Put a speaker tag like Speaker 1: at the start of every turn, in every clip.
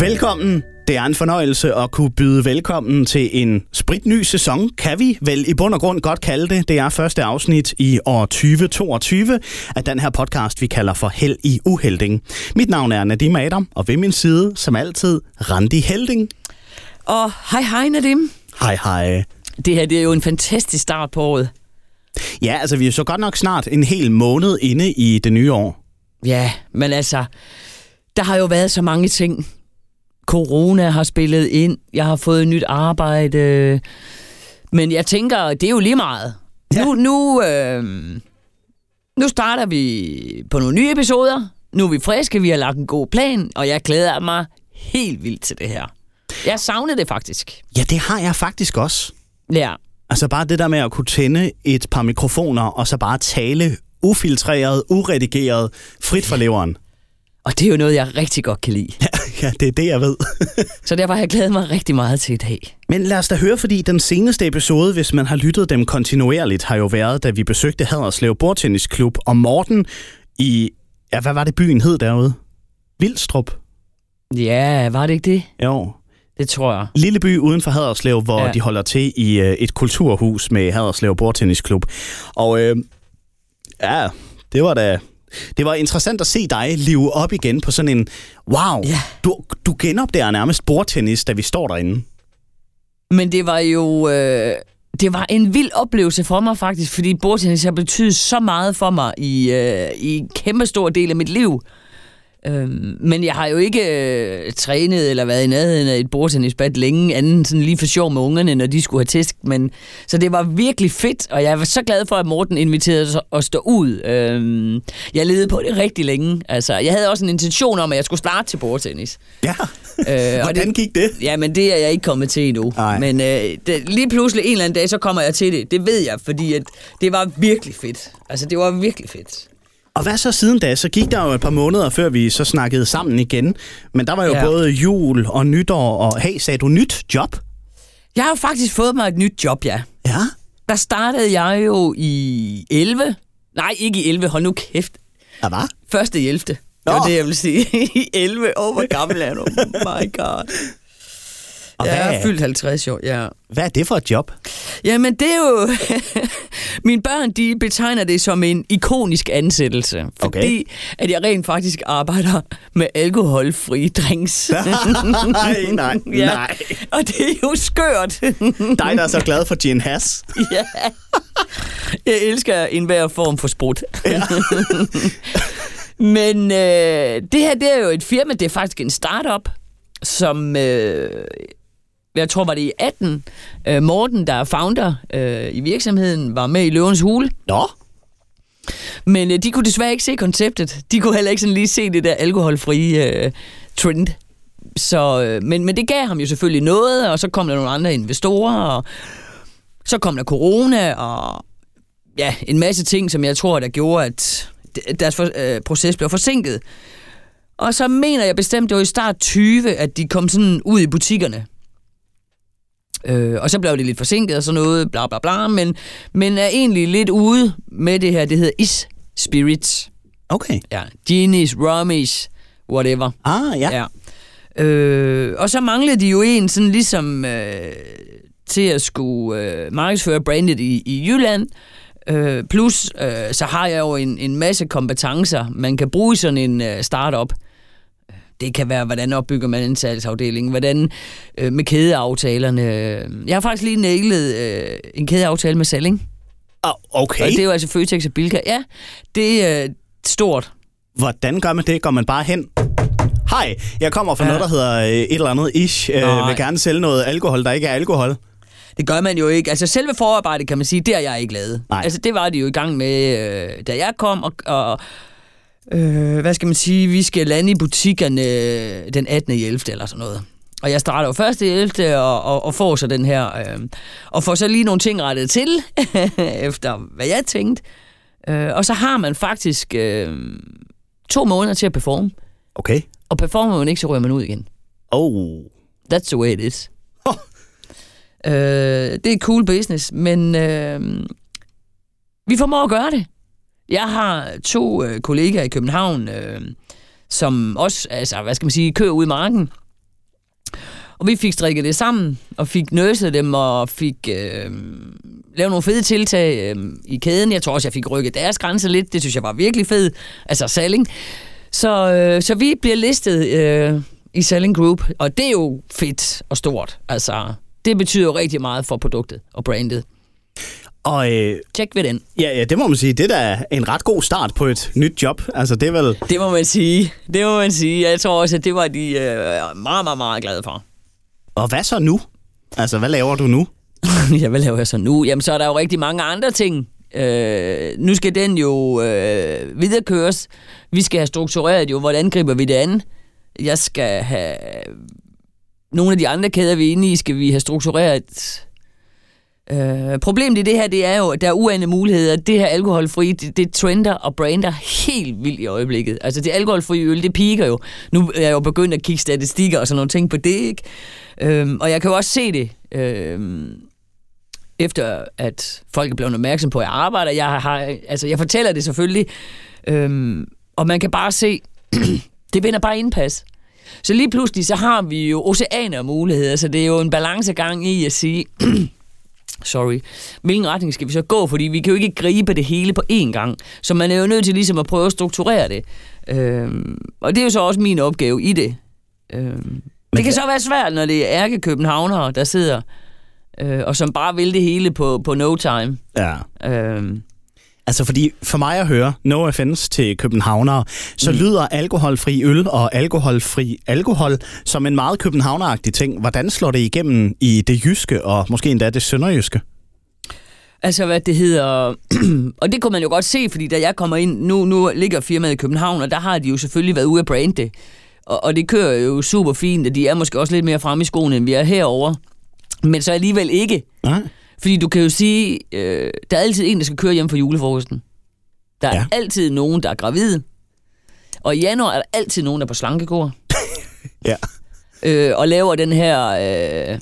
Speaker 1: Velkommen. Det er en fornøjelse at kunne byde velkommen til en spritny sæson, kan vi vel i bund og grund godt kalde det. Det er første afsnit i år 2022 af den her podcast, vi kalder for Held i Uhelding. Mit navn er Nadim Adam, og ved min side, som altid, Randi Helding.
Speaker 2: Og hej hej Nadim.
Speaker 1: Hej hej.
Speaker 2: Det her det er jo en fantastisk start på året.
Speaker 1: Ja, altså vi er så godt nok snart en hel måned inde i det nye år.
Speaker 2: Ja, men altså, der har jo været så mange ting. Corona har spillet ind, jeg har fået nyt arbejde. Men jeg tænker, det er jo lige meget.
Speaker 1: Ja.
Speaker 2: Ja. Nu, nu, øh, nu starter vi på nogle nye episoder. Nu er vi friske, vi har lagt en god plan, og jeg glæder mig helt vildt til det her. Jeg savnede det faktisk.
Speaker 1: Ja, det har jeg faktisk også.
Speaker 2: Ja.
Speaker 1: Altså bare det der med at kunne tænde et par mikrofoner, og så bare tale ufiltreret, uredigeret, frit fra leveren.
Speaker 2: Og det er jo noget, jeg rigtig godt kan lide.
Speaker 1: Ja, det er det, jeg ved.
Speaker 2: Så derfor har jeg glædet mig rigtig meget til i dag.
Speaker 1: Men lad os da høre, fordi den seneste episode, hvis man har lyttet dem kontinuerligt, har jo været, da vi besøgte Haderslev Bordtennisklub og Morten i... Ja, hvad var det byen hed derude? Vildstrup?
Speaker 2: Ja, var det ikke det?
Speaker 1: Jo.
Speaker 2: Det tror jeg.
Speaker 1: Lille by uden for Haderslev, hvor ja.
Speaker 2: Ja.
Speaker 1: de holder til i øh, et kulturhus med Haderslev Bordtennisklub. Og øh, ja, det var da... Det var interessant at se dig live op igen på sådan en... Wow,
Speaker 2: Ja.
Speaker 1: du, du genopdager nærmest bordtennis, da vi står derinde.
Speaker 2: Men det var jo... Øh, det var en vild oplevelse for mig faktisk, fordi bordtennis har betydet så meget for mig i, øh, i en kæmpe stor del af mit liv. Øhm, men jeg har jo ikke øh, trænet eller været i nærheden af et bordtennisbat længe, anden sådan lige for sjov med ungerne, når de skulle have tæsk. Men, så det var virkelig fedt, og jeg var så glad for, at Morten inviterede os at stå ud. Øhm, jeg levede på det rigtig længe. Altså, jeg havde også en intention om, at jeg skulle starte til bordtennis.
Speaker 1: Ja,
Speaker 2: Øh, og det-
Speaker 1: hvordan gik det?
Speaker 2: Ja, men det er jeg ikke kommet til endnu.
Speaker 1: Nej.
Speaker 2: Men øh, det, lige pludselig en eller anden dag, så kommer jeg til det. Det ved jeg, fordi at det var virkelig fedt. Altså, det var virkelig fedt.
Speaker 1: Og hvad så siden da? Så gik der jo et par måneder, før vi så snakkede sammen igen. Men der var jo ja.
Speaker 2: Ja.
Speaker 1: både jul og nytår, og hey, sagde du nyt job?
Speaker 2: Jeg har jo faktisk fået mig et nyt job, ja.
Speaker 1: Ja.
Speaker 2: Der startede jeg jo i 11. Nej, ikke i 11. Hold nu kæft.
Speaker 1: Ja, hvad?
Speaker 2: Første i 11. Det var
Speaker 1: Nå.
Speaker 2: det, jeg ville sige. I 11. Åh, oh, hvor gammel er jeg nu? My God.
Speaker 1: Og
Speaker 2: Jeg
Speaker 1: hvad,
Speaker 2: er fyldt 50 år, ja.
Speaker 1: hvad er det for et job?
Speaker 2: Jamen, det er jo... Mine børn, de betegner det som en ikonisk ansættelse. Fordi
Speaker 1: Okay.
Speaker 2: at jeg rent faktisk arbejder med alkoholfri drinks.
Speaker 1: nej, nej,
Speaker 2: Ja.
Speaker 1: nej.
Speaker 2: Og det er jo skørt.
Speaker 1: Dig, der er så glad for gin has.
Speaker 2: ja. Jeg elsker enhver form for sprut. Men øh, det her, det er jo et firma, det er faktisk en startup, som øh, jeg tror var det i 18, øh, Morten, der er founder øh, i virksomheden, var med i Løvens Hule.
Speaker 1: Nå,
Speaker 2: Men øh, de kunne desværre ikke se konceptet. De kunne heller ikke sådan lige se det der alkoholfrie øh, trend. Så, øh, men, men det gav ham jo selvfølgelig noget, og så kom der nogle andre investorer, og så kom der corona, og ja, en masse ting, som jeg tror, der gjorde, at d- deres for, øh, proces blev forsinket. Og så mener jeg bestemt, det var i start 20, at de kom sådan ud i butikkerne. Øh, og så blev det lidt forsinket og sådan noget, bla bla bla, men, men er egentlig lidt ude med det her, det hedder Is Spirits.
Speaker 1: okay.
Speaker 2: Ja, Genies, Rummies, whatever.
Speaker 1: Ah, ja. ja.
Speaker 2: Ja. Øh, og så manglede de jo en sådan ligesom øh, til at skulle øh, markedsføre brandet i, i Jylland. Øh, plus, øh, så har jeg jo en, en masse kompetencer, man kan bruge i sådan en øh, startup. Det kan være, hvordan opbygger man en salgsafdeling, hvordan øh, med kædeaftalerne. Jeg har faktisk lige nailet øh, en kædeaftale med Selling,
Speaker 1: Ah, okay.
Speaker 2: og det er jo altså Føtex og Bilka. Ja, det er øh, stort.
Speaker 1: Hvordan gør man det? Går man bare hen? Hej, jeg kommer fra ja.
Speaker 2: Ja.
Speaker 1: noget, der hedder øh, et eller andet ish. Øh,
Speaker 2: Nej.
Speaker 1: vil gerne sælge noget alkohol, der ikke er alkohol.
Speaker 2: Det gør man jo ikke. Altså selve forarbejdet, kan man sige, det har jeg ikke lavet.
Speaker 1: Nej.
Speaker 2: Altså det var de jo i gang med, øh, da jeg kom, og, og øh, hvad skal man sige, vi skal lande i butikkerne øh, den 18. 11. eller sådan noget. Og jeg starter jo først i 11. Og, og, og får så den her, øh, og får så lige nogle ting rettet til, efter hvad jeg tænkte. Øh, og så har man faktisk øh, to måneder til at performe.
Speaker 1: Okay.
Speaker 2: Og performer man ikke, så ryger man ud igen.
Speaker 1: Oh.
Speaker 2: That's the way it is.
Speaker 1: Åh.
Speaker 2: Øh, det er cool business, men øh, vi formår at gøre det. Jeg har to øh, kollegaer i København, øh, som også, altså, hvad skal man sige, kører ud i marken. Og vi fik strikket det sammen, og fik nørset dem, og fik øh, lavet nogle fede tiltag øh, i kæden. Jeg tror også, jeg fik rykket deres grænse lidt. Det synes jeg var virkelig fed. Altså Salling. Så, øh, så vi bliver listet øh, i Selling Group, og det er jo fedt og stort. Altså, det betyder jo rigtig meget for produktet og brandet.
Speaker 1: Og øh,
Speaker 2: Tjek ved den.
Speaker 1: ja, ja, det må man sige, det er da en ret god start på et nyt job. Altså, det er vel...
Speaker 2: Det må man sige. Det må man sige. Jeg tror også, at det var de øh, meget, meget, meget glade for.
Speaker 1: Og hvad så nu? Altså, hvad laver du nu?
Speaker 2: ja, hvad laver jeg så nu? Jamen, så er der jo rigtig mange andre ting. Øh, nu skal den jo øh, viderekøres. Vi skal have struktureret jo, hvordan griber vi det an? Jeg skal have... Nogle af de andre kæder, vi er inde i, skal vi have struktureret. Øh, problemet i det her, det er jo, at der er uanede muligheder. Det her alkoholfri, det, det trender og brander helt vildt i øjeblikket. Altså det alkoholfri øl, det piker jo. Nu er jeg jo begyndt at kigge statistikker og sådan nogle ting på det, ikke? Øhm, og jeg kan jo også se det, øhm, efter at folk er blevet opmærksom på, at jeg arbejder. Jeg, har, altså, jeg fortæller det selvfølgelig, øhm, og man kan bare se, det vinder bare indpas. Så lige pludselig, så har vi jo oceaner af muligheder, så det er jo en balancegang i at sige, sorry, hvilken retning skal vi så gå, fordi vi kan jo ikke gribe det hele på én gang, så man er jo nødt til ligesom at prøve at strukturere det. Øhm, og det er jo så også min opgave i det. Øhm, det kan
Speaker 1: hvad-
Speaker 2: så være svært, når det er ærkekøbenhavnere, der sidder øh, og som bare vil det hele på, på no time.
Speaker 1: Ja.
Speaker 2: Øh,
Speaker 1: Altså, fordi for mig at høre, no offense til københavnere, så mm. lyder alkoholfri øl og alkoholfri alkohol som en meget københavneragtig ting. Hvordan slår det igennem i det jyske og måske endda det sønderjyske?
Speaker 2: altså, hvad det hedder... og det kunne man jo godt se, fordi da jeg kommer ind... Nu, nu ligger firmaet i København, og der har de jo selvfølgelig været ude at brande det. Og, og det kører jo super fint, og de er måske også lidt mere fremme i skoene, end vi er herover. Men så alligevel ikke.
Speaker 1: Nej.
Speaker 2: Fordi du kan jo sige, øh, der er altid en, der skal køre hjem fra julefrokosten. Der er
Speaker 1: Ja.
Speaker 2: ja. altid nogen, der er gravid. Og i januar er der altid nogen, der er på slankekur.
Speaker 1: Ja.
Speaker 2: øh, og laver den her, øh,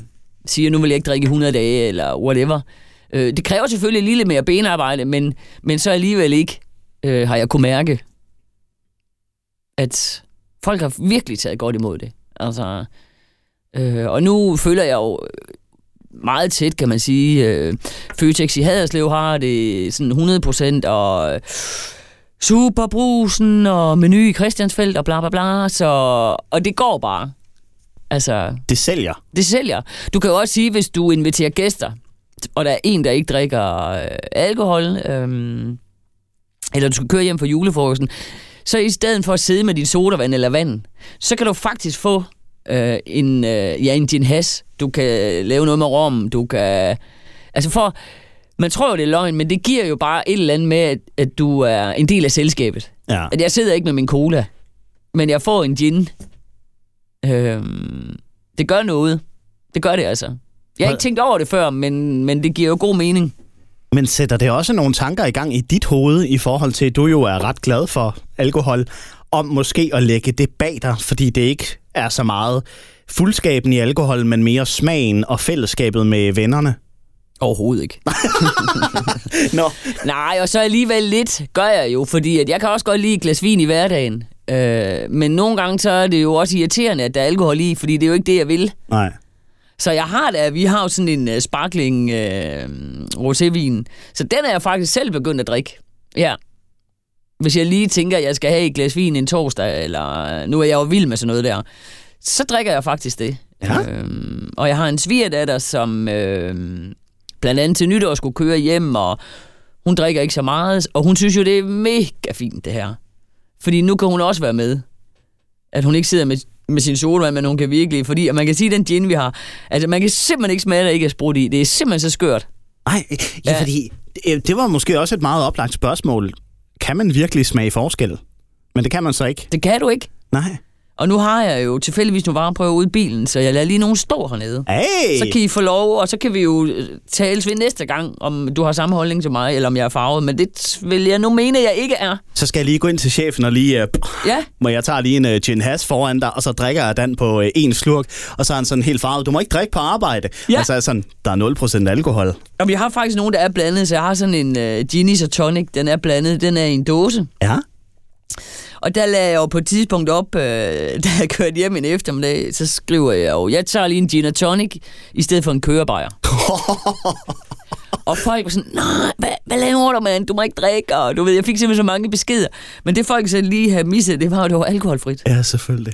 Speaker 2: siger, nu vil jeg ikke drikke i 100 dage, eller whatever. Øh, det kræver selvfølgelig lige lidt mere benarbejde, men, men så alligevel ikke, øh, har jeg kunne mærke, at folk har virkelig taget godt imod det. Altså, øh, og nu føler jeg jo øh, meget tæt, kan man sige. Øh, Føtex i Haderslev har det sådan 100 procent, og øh, Superbrusen og Meny i Christiansfeldt og bla bla bla, så, og det går bare. Altså,
Speaker 1: Det sælger.
Speaker 2: det sælger. Du kan jo også sige, hvis du inviterer gæster, og der er en, der ikke drikker øh, alkohol, øhm, eller du skal køre hjem fra julefrokosten, så i stedet for at sidde med din sodavand eller vand, så kan du faktisk få øh, en, øh, ja, en gin has. Du kan lave noget med rom, du kan... Altså for... Man tror jo, det er løgn, men det giver jo bare et eller andet med, at, at du er en del af selskabet.
Speaker 1: Ja.
Speaker 2: At jeg sidder ikke med min cola, men jeg får en gin. Øhm, det gør noget. Det gør det altså. Jeg har ikke tænkt over det før, men, men det giver jo god mening.
Speaker 1: Men sætter det også nogle tanker i gang i dit hoved i forhold til, at du jo er ret glad for alkohol, om måske at lægge det bag dig, fordi det ikke er så meget fuldskaben i alkohol, men mere smagen og fællesskabet med vennerne?
Speaker 2: Overhovedet ikke.
Speaker 1: Nå,
Speaker 2: Nej, og så alligevel lidt gør jeg jo, fordi at jeg kan også godt lide et glas vin i hverdagen. Øh, men nogle gange så er det jo også irriterende, at der er alkohol i, fordi det er jo ikke det, jeg vil.
Speaker 1: nej.
Speaker 2: Så jeg har da, vi har jo sådan en uh, sparkling uh, rosévin, så den er jeg faktisk selv begyndt at drikke. Ja. Hvis jeg lige tænker, at jeg skal have et glas vin en torsdag, eller nu er jeg jo vild med sådan noget der, så drikker jeg faktisk det.
Speaker 1: Ja.
Speaker 2: Øhm, og jeg har en svigerdatter, som øhm, blandt andet til nytår skulle køre hjem, og hun drikker ikke så meget, og hun synes jo, det er mega fint det her. Fordi nu kan hun også være med. At hun ikke sidder med, med sin solvand, men hun kan virkelig, fordi og man kan sige, den gin, vi har, altså man kan simpelthen ikke smage, at der ikke er sprudt i. Det er simpelthen så skørt.
Speaker 1: Nej, ja,
Speaker 2: Ja.
Speaker 1: fordi øh, det var måske også et meget oplagt spørgsmål. Kan man virkelig smage forskel? Men det kan man så ikke.
Speaker 2: Det kan du ikke.
Speaker 1: Nej.
Speaker 2: Og nu har jeg jo tilfældigvis nogle vareprøver ude i bilen, så jeg lader lige nogen stå hernede.
Speaker 1: Hey!
Speaker 2: Så kan I få lov, og så kan vi jo øh, tales ved næste gang, om du har samme holdning til mig, eller om jeg er farvet. Men det vil jeg nu mene, at jeg ikke er.
Speaker 1: Så skal jeg lige gå ind til chefen og lige... Øh,
Speaker 2: Ja,
Speaker 1: må jeg tager lige en øh, gin has foran dig, og så drikker jeg den på øh, en slurk, og så er han sådan helt farvet, du må ikke drikke på arbejde.
Speaker 2: Ja.
Speaker 1: Og så er jeg sådan, der er 0% alkohol.
Speaker 2: Jamen, jeg har faktisk nogen, der er blandet, så jeg har sådan en øh, Guinness og tonic, den er blandet, den er i en dåse.
Speaker 1: Ja.
Speaker 2: Og der lagde jeg jo på et tidspunkt op, øh, da jeg kørte hjem en eftermiddag, så skriver jeg jo, jeg tager lige en gin og tonic, i stedet for en kørebajer. og folk var sådan, nej, hvad, hvad laver du, mand? Du må ikke drikke, og du ved, jeg fik simpelthen så mange beskeder. Men det folk så lige havde misset, det var jo, at det var alkoholfrit.
Speaker 1: Ja, selvfølgelig.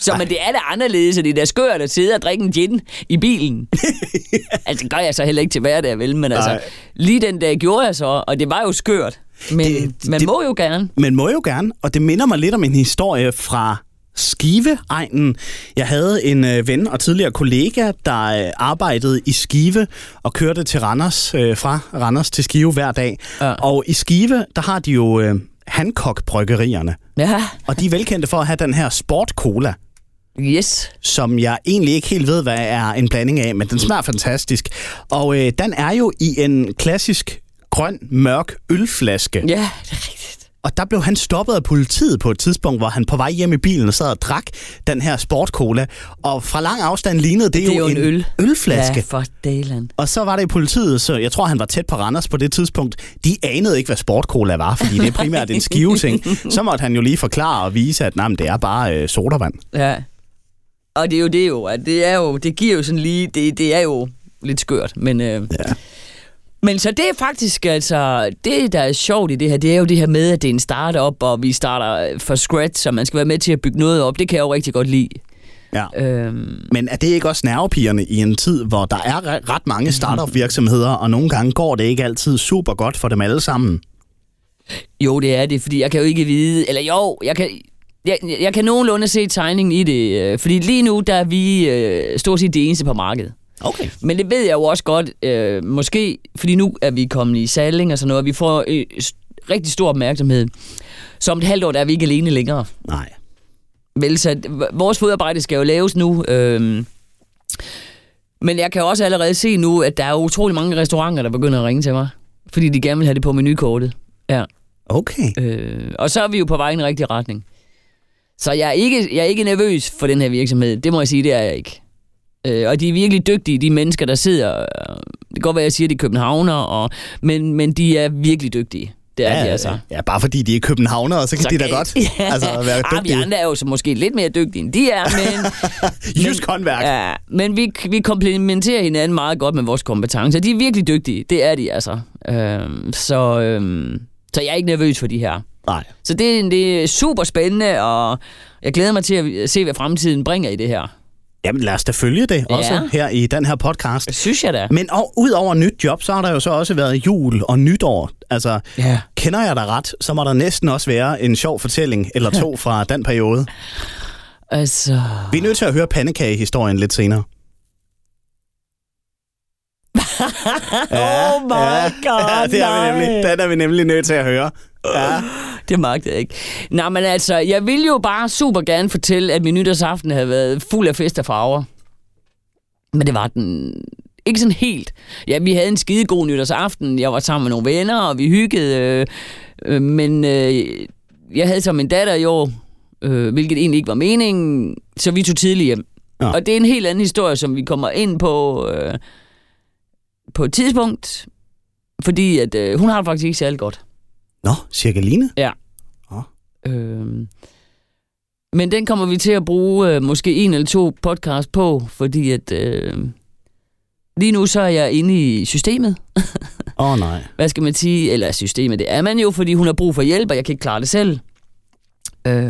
Speaker 2: Så men det er da anderledes, at det er da skørt at sidde og drikke en gin i bilen. altså, det gør jeg så heller ikke til hverdag, vel? Men altså,
Speaker 1: Nej.
Speaker 2: lige den dag gjorde jeg så, og det var jo skørt. Men
Speaker 1: Det-
Speaker 2: det,
Speaker 1: det-
Speaker 2: man det... må jo gerne.
Speaker 1: Men må jo gerne, og det minder mig lidt om en historie fra Skive-egnen. Jeg havde en øh, ven og tidligere kollega, der øh, arbejdede i Skive og kørte til Randers, øh, fra Randers til Skive hver dag.
Speaker 2: Ja.
Speaker 1: Og i Skive, der har de jo øh, Hancock-bryggerierne,
Speaker 2: Ja,
Speaker 1: og de er velkendte for at have den her sport-cola.
Speaker 2: yes.
Speaker 1: som jeg egentlig ikke helt ved, hvad er en blanding af, men den smager fantastisk. Og øh, den er jo i en klassisk grøn, mørk ølflaske.
Speaker 2: Ja, det er rigtigt.
Speaker 1: Og der blev han stoppet af politiet på et tidspunkt, hvor han på vej hjem i bilen sad og drak den her sportcola. Og fra lang afstand lignede det,
Speaker 2: Det er jo en øl.
Speaker 1: ølflaske.
Speaker 2: Ja, for Dayland.
Speaker 1: Og så var det i politiet, så jeg tror, han var tæt på Randers på det tidspunkt. De anede ikke, hvad sportcola var, fordi det er primært en skiveting. Så måtte han jo lige forklare og vise, at nej, men det er bare øh, sodavand.
Speaker 2: Ja. Og det er jo det jo, at det er jo, det giver jo sådan lige, det, det er jo lidt skørt, men... Øh,
Speaker 1: Ja.
Speaker 2: Men så det er faktisk, altså, det der er sjovt i det her, det er jo det her med, at det er en startup, og vi starter øh, fra scratch, så man skal være med til at bygge noget op. Det kan jeg jo rigtig godt lide.
Speaker 1: Ja.
Speaker 2: Øhm,
Speaker 1: Men er det ikke også nervepigerne i en tid, hvor der er re- ret mange startup virksomheder, og nogle gange går det ikke altid super godt for dem alle sammen?
Speaker 2: jo, det er det, fordi jeg kan jo ikke vide, eller jo, jeg kan, jeg, jeg kan nogenlunde se tegningen i det, øh, fordi lige nu, der er vi øh, stort set det eneste på markedet.
Speaker 1: Okay.
Speaker 2: Men det ved jeg jo også godt, øh, måske, fordi nu er vi kommet i saling og sådan noget, og vi får øh, s- rigtig stor opmærksomhed. Så om et halvt år, der er vi ikke alene længere.
Speaker 1: Nej.
Speaker 2: Vel, så v- vores fodarbejde skal jo laves nu. Øhm. Men jeg kan også allerede se nu, at der er utrolig mange restauranter, der begynder at ringe til mig. Fordi de gerne vil have det på menukortet. Ja.
Speaker 1: Okay.
Speaker 2: Øh. Og så er vi jo på vej i den rigtige retning. Så jeg er, ikke, jeg er ikke nervøs for den her virksomhed. Det må jeg sige, det er jeg ikke. Øh, og de er virkelig dygtige, de mennesker, der sidder. øh, Det kan godt være, jeg siger, de er københavner, og, men, men de er virkelig dygtige. Det er ja, de altså.
Speaker 1: ja, bare fordi de er københavnere, så kan så de da godt
Speaker 2: Ja.
Speaker 1: altså, være
Speaker 2: Ah, vi
Speaker 1: dygtige.
Speaker 2: andre er jo så måske lidt mere dygtige, end de er, men...
Speaker 1: Jysk håndværk. Ja.
Speaker 2: Ja, men vi, vi komplementerer hinanden meget godt med vores kompetencer. De er virkelig dygtige, det er de altså. Øhm, så, øhm, så jeg er ikke nervøs for de her.
Speaker 1: Nej.
Speaker 2: Så det, er en- det er super spændende, og jeg glæder mig til at se, hvad fremtiden bringer i det her.
Speaker 1: Jamen lad os da følge det
Speaker 2: Ja.
Speaker 1: også her i den her podcast.
Speaker 2: Det synes jeg da.
Speaker 1: Men og, ud over nyt job, så har der jo så også været jul og nytår. Altså,
Speaker 2: Ja.
Speaker 1: kender jeg dig ret, så må der næsten også være en sjov fortælling eller to fra den periode.
Speaker 2: Altså...
Speaker 1: Vi er nødt til at høre pandekagehistorien lidt senere.
Speaker 2: oh my
Speaker 1: ja,
Speaker 2: god,
Speaker 1: ja, det er vi
Speaker 2: nej.
Speaker 1: nemlig. Den er vi nemlig nødt til at høre. Ja.
Speaker 2: Det magtede jeg ikke. Nej, men altså, jeg vil jo bare super gerne fortælle, at min nytårsaften havde været fuld af fest og farver. Men det var den ikke sådan helt. Ja, vi havde en skide god nytårsaften. Jeg var sammen med nogle venner, og vi hyggede. Øh, øh, men øh, jeg havde så min datter i år, øh, hvilket egentlig ikke var meningen. Så vi tog tidligt hjem.
Speaker 1: Ja.
Speaker 2: Ja. Og det er en helt anden historie, som vi kommer ind på øh, på et tidspunkt. Fordi at, øh, hun har det faktisk ikke særlig godt.
Speaker 1: Nå, Cirkeline?
Speaker 2: Øhm. Men den kommer vi til at bruge øh, måske en eller to podcast på, fordi at øh, lige nu så er jeg inde i systemet.
Speaker 1: Åh oh, nej.
Speaker 2: Hvad skal man sige? Eller systemet, det er man jo, fordi hun har brug for hjælp, og jeg kan ikke klare det selv. Øh.